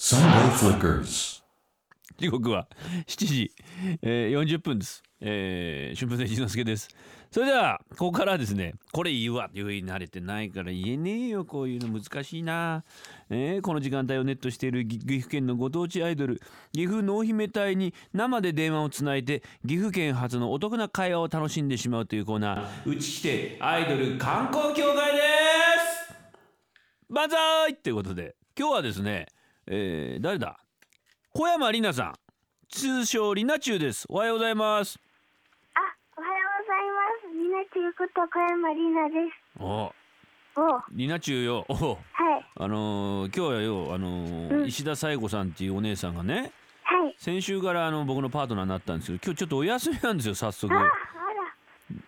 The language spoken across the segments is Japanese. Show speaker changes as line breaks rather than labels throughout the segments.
Sunday Flickers.
時刻は7時、えー、40分です、えー、春風亭一之輔ですそれではここからはですねこれ言うわっていうふうに慣れてないから言えねえよこういうの難しいな、えーこの時間帯をネットしているぎ岐阜県のご当地アイドル岐阜濃姫隊に生で電話をつないで岐阜県発のお得な会話を楽しんでしまうというコーナーうち来てアイドル観光協会です万歳ってことで今日はですね、えー誰だ小山里奈さん通称里奈中ですおはようございます
あ、おはようございます。みなちゅうこと小山里奈です。
お
お、
里奈中よお
はい、
あのー今日はよあのー
うん
石田紗友子さんっていうお姉さんがね
はい。
先週からあの僕のパートナーになったんですけど今日ちょっとお休みなんですよ早速
あ、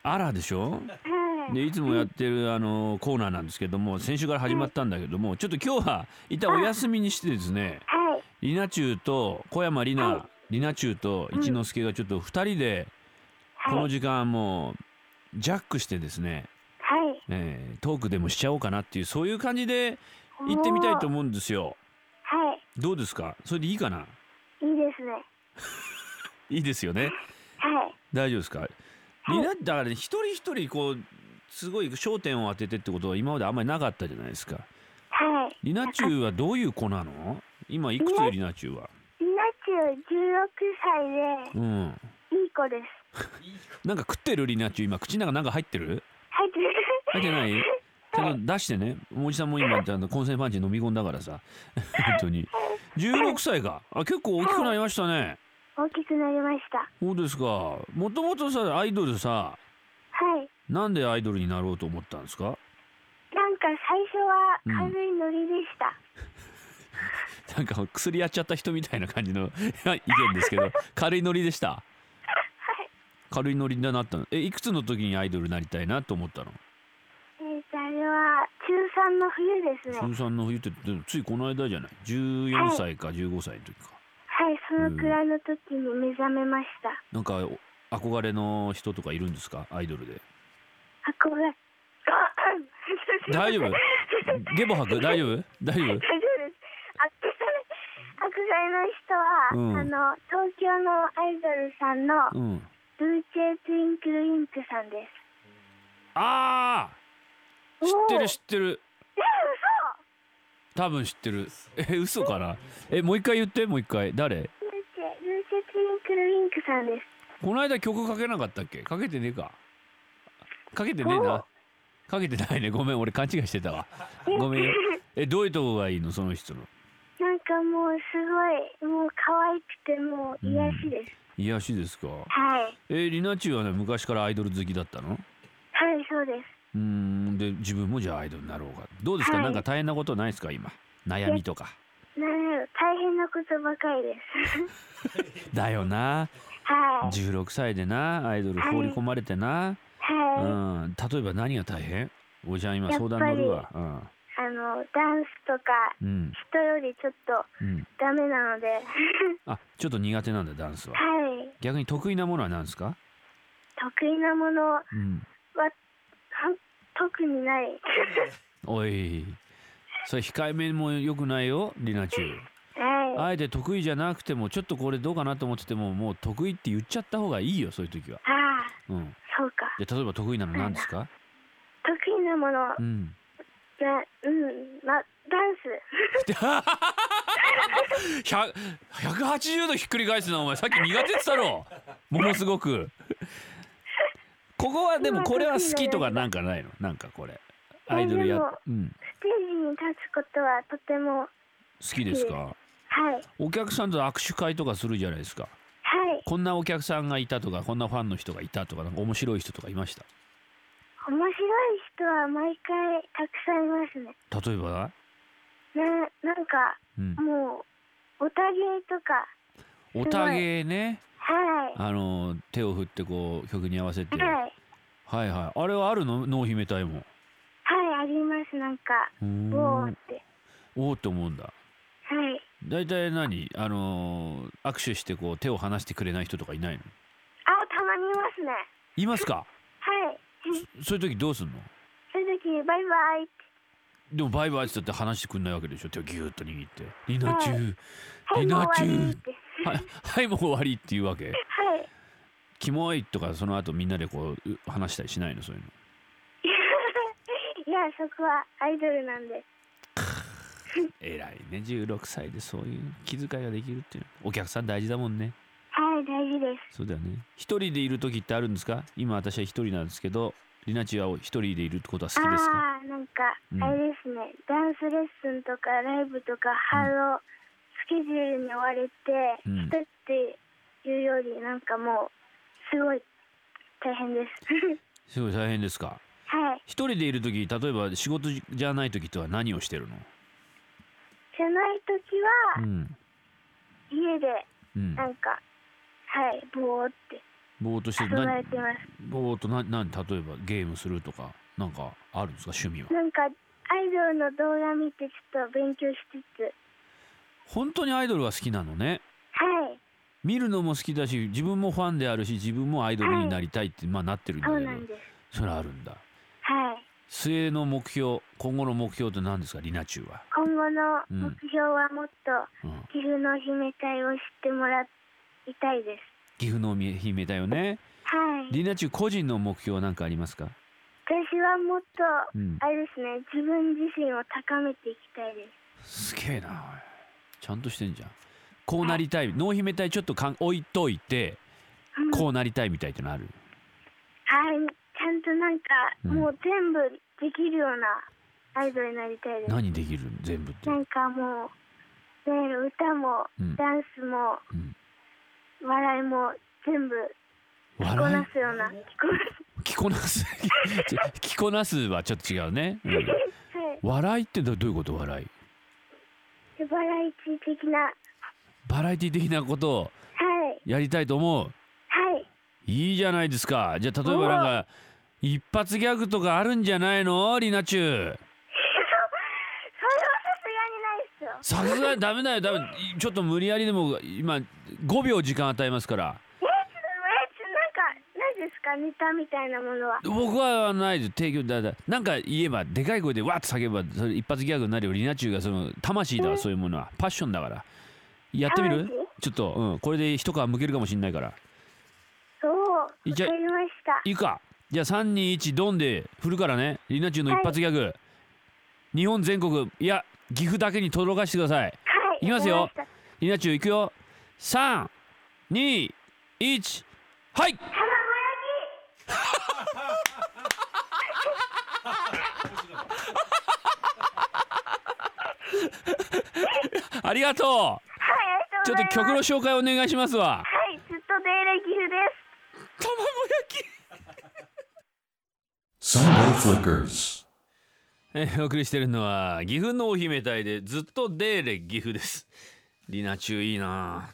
あらでしょ
あら、はい。
でいつもやってるあのーコーナーなんですけども先週から始まったんだけどもちょっと今日は一旦お休みにしてですね
はい、
里奈中と小山里奈
は
里奈中と一之輔がちょっと二人でこ
は
の
い、
時間もうジャックしてですね
はい。
えートークでもしちゃおうかなっていうそういう感じで行ってみたいと思うんですよ
は、
どうですかそれでいいかない
いいですね。
いいですよね
はい、
大丈夫ですかみんなだからね一人一人こうすごい焦点を当ててってことは今まであんまりなかったじゃないですか
はい。
リナチュウはどういう子なの今いくつよリナチュウは
みなちゅう16歳
うん
で、いい子です。
なんか食ってるリナチュウ今口の中なんか入ってる
はい、ずる
入ってないちゃんと出してねおじさんも今ちゃんとコンセンパンチ飲み込んだからさ 本当に16歳かあ結構大きくなりましたね
大きくなりました。
そうですか。もともとさ、アイドルさ、
はい。
なんでアイドルになろうと思ったんですか。
なんか最初は軽いノリでした。
なんか薬やっちゃった人みたいな感じの 意見ですけ ど、軽いノリでした。軽いノリになったの。え、いくつの時にアイドルになりたいなと思ったの。
えっ、と、あれは中3の冬ですね。
中三の冬って、でもついこの間じゃない。14
はい
歳か15歳の時か。
はい、そのくらいの時に目覚めました。
なんかお憧れの人とかいるんですか、アイドルで。
憧れ。
大丈夫。ゲボ吐く、大丈夫、大丈夫
大丈夫です。。憧れの人は、
うん
あの東京のアイドルさんの
うん。
ブーチェトゥインクルインクさんです。
ああ。知ってる、知ってる。
え、嘘。
多分知ってるえ嘘かなえもう一回言ってもう一回誰
ブーチェブーチェトゥインクルインクさんです。
この間曲かけなかったっけかけてねえかかけてねえなかけてないねごめん俺勘違いしてたわごめんよえどういうとこがいいのその人の
なんかもうすごいもう可愛くてもう癒しです。
癒やしですか
はい
えリナチュウはね昔からアイドル好きだったの
はいそうです。
うーんで自分もじゃあアイドルになろうかどうですか、
はい
なんか大変なことないですか今悩みとか
なんか大変なことばかりで す。
だよな
はい
16歳でなアイドル放り込まれてな、う
はい。
ん、例えば何が大変おじちゃん今相談乗るわ、うん、
あのダンスとか
うん、
人よりちょっと
うん、
ダメなので、
あ、ちょっと苦手なんだダンスは。
はい。
逆に得意なものは何ですか？
得意なものは
うん。
は特に ない
おい、それ控えめも良くないよ、リナチュウ。
はい
あえて得意じゃなくてもちょっとこれどうかなと思っててももう得意って言っちゃった方がいいよそういう時は。
ああ
うん。
そうか
で例えば得意なの何ですか？
得意なもの
うん。
じゃうんまダンス
百百八十度ひっくり返すなお前さっき苦手ってたろ。ものすごく。ここはでもこれは好きとかなんかないの？なんかこれアイドルやうん
ステージに立つことはとても
好きですか？
はい
お客さんと握手会とかするじゃないですか
はい
こんなお客さんがいたとかこんなファンの人がいたとかなんか面白い人とかいました
面白い人は毎回たくさんいますね
例えば、
ななんか
うん、
もうおたげとか
おたげね
はい
あの手を振ってこう曲に合わせては
はい
いはいあれはあるの濃姫隊も
はいありますなんか
うー
ボーっ
ん
て
おおって思うんだ
はい
大体何あのー握手してこう手を離してくれない人とかいないの
あたまにいますね
いますか
はい
そういう時どうすんの
そういう時バイバイって
でもバイバイって言って話してくんないわけでしょ手をギューッと握って「リナチュー、
はい、
リ
もう
ナチ
終わり
ュ
っ
ー
て。」
はい「はいもう終わり」って言うわけ
はい。
「キモい」とかその後みんなでこうう話したりしないのそういうの
いや、そこはアイドルなんで。
偉いね16歳でそういう気遣いができるっていうお客さん大事だもんね
はい、大事です。
そうだよね一人でいる時ってあるんですか今私は一人なんですけどリナチューは一人でいるってことは好きですか
ああ、なんか
うん、
あれですね、ダンスレッスンとかライブとか、ハロー、スケジュールに追われて、
うん
一人っていうより、なんかもう、すごい大変です。
すごい大変ですか
はい。
一人でいる時例えば仕事じゃない時とは何をしてるの
じゃないとき
う
は、
ん
家で、
うん
なんか、はい、ぼーって
ぼーっとして
遊
る
ばれ
何
てます。
ぼーっとな何例えばゲームするとかなんかあるんですか趣味は
なんか、アイドルの動画見て、ちょっと勉強しつつ、
本当にアイドルは好きなのね
はい、
見るのも好きだし自分もファンであるし自分もアイドルになりたいって、まあなってるんだ
そう
けど
なんです。
それはあるんだ
はい。
末の目標今後の目標って何ですかリナチュウは、
今後の
うん
目標はもっと、
うん、
岐阜の姫隊を知ってもらいたいです。
岐阜の姫だよね
はい。
リナチュウ個人の目標は何かありますか、
私はもっと、
うん、
あれですね、自分自身を高めていきたいです。
すげえなおいちゃんとしてんじゃんこうなりたい濃姫隊ちょっとかん置いといて
うん
こうなりたいみたいってのある
はい。ちゃんとなんか、
うん
もう全部できるようなアイドルになりたいです。
何できるの全部って
なんかもう、ね、歌も
うん、
ダンスも、
うん
笑いも、全部着こ
笑
ないすような。着こ
着こなす ちょ着こなすはちょっと違うね、うん
なはい。
笑いってどどういうこと笑い
バラエティ的な。は
バラエティ的なことを
い。
やりたいと思う
はい。
いいじゃないですかじゃあ例えばなんか一発ギャグとかあるんじゃないのリナチュウ
そそれはさすがにないっす
さすが
よ。
にダメだよダメちょっと無理やりでも今5秒時間与えますから
え、ちょえ、ちょなんか、何ですか、ネタみたいなものは。
僕はないです提供だだなんか言えばでかい声でわっと叫べばそれ一発ギャグになるよリナチュウがその魂だからそういうものはパッションだからやってみるちょっと、うん、これで一皮むけるかもしんないから
そう、わか
い
り
け
ました。
いいかじゃあ321ドンで振るからねリナチュウの一発ギャグ、日本全国いや岐阜だけにとどろかしてください
はい。
いきますよ
わかりした
リナチュウいくよ321はいありがとう
はい、ありが
ち
と
ょ
う
っ
ござい
と
ます。
曲の紹介お願いしますわ
はい、ずっと出る岐阜です。
卵焼き
Sunday Flickers.
え ーお送りしてるのは岐阜のお姫隊でずっとデーレ岐阜ですリナチュウいいな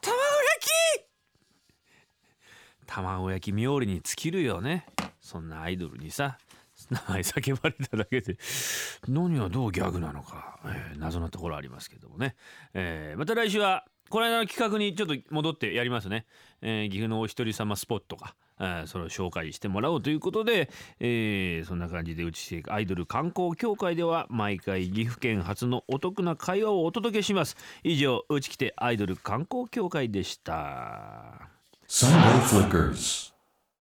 卵焼き卵焼き冥利に尽きるよねそんなアイドルにさ名前叫ばれただけで何はどうギャグなのか、えー謎なところありますけどもね、えーまた来週はこの間の企画にちょっと戻ってやりますね、えー岐阜のお一人様スポットか、えーそれを紹介してもらおうということで、えーそんな感じでうちしていくアイドル観光協会では毎回岐阜県初のお得な会話をお届けします以上うち来てアイドル観光協会でした
Sunday Flickers.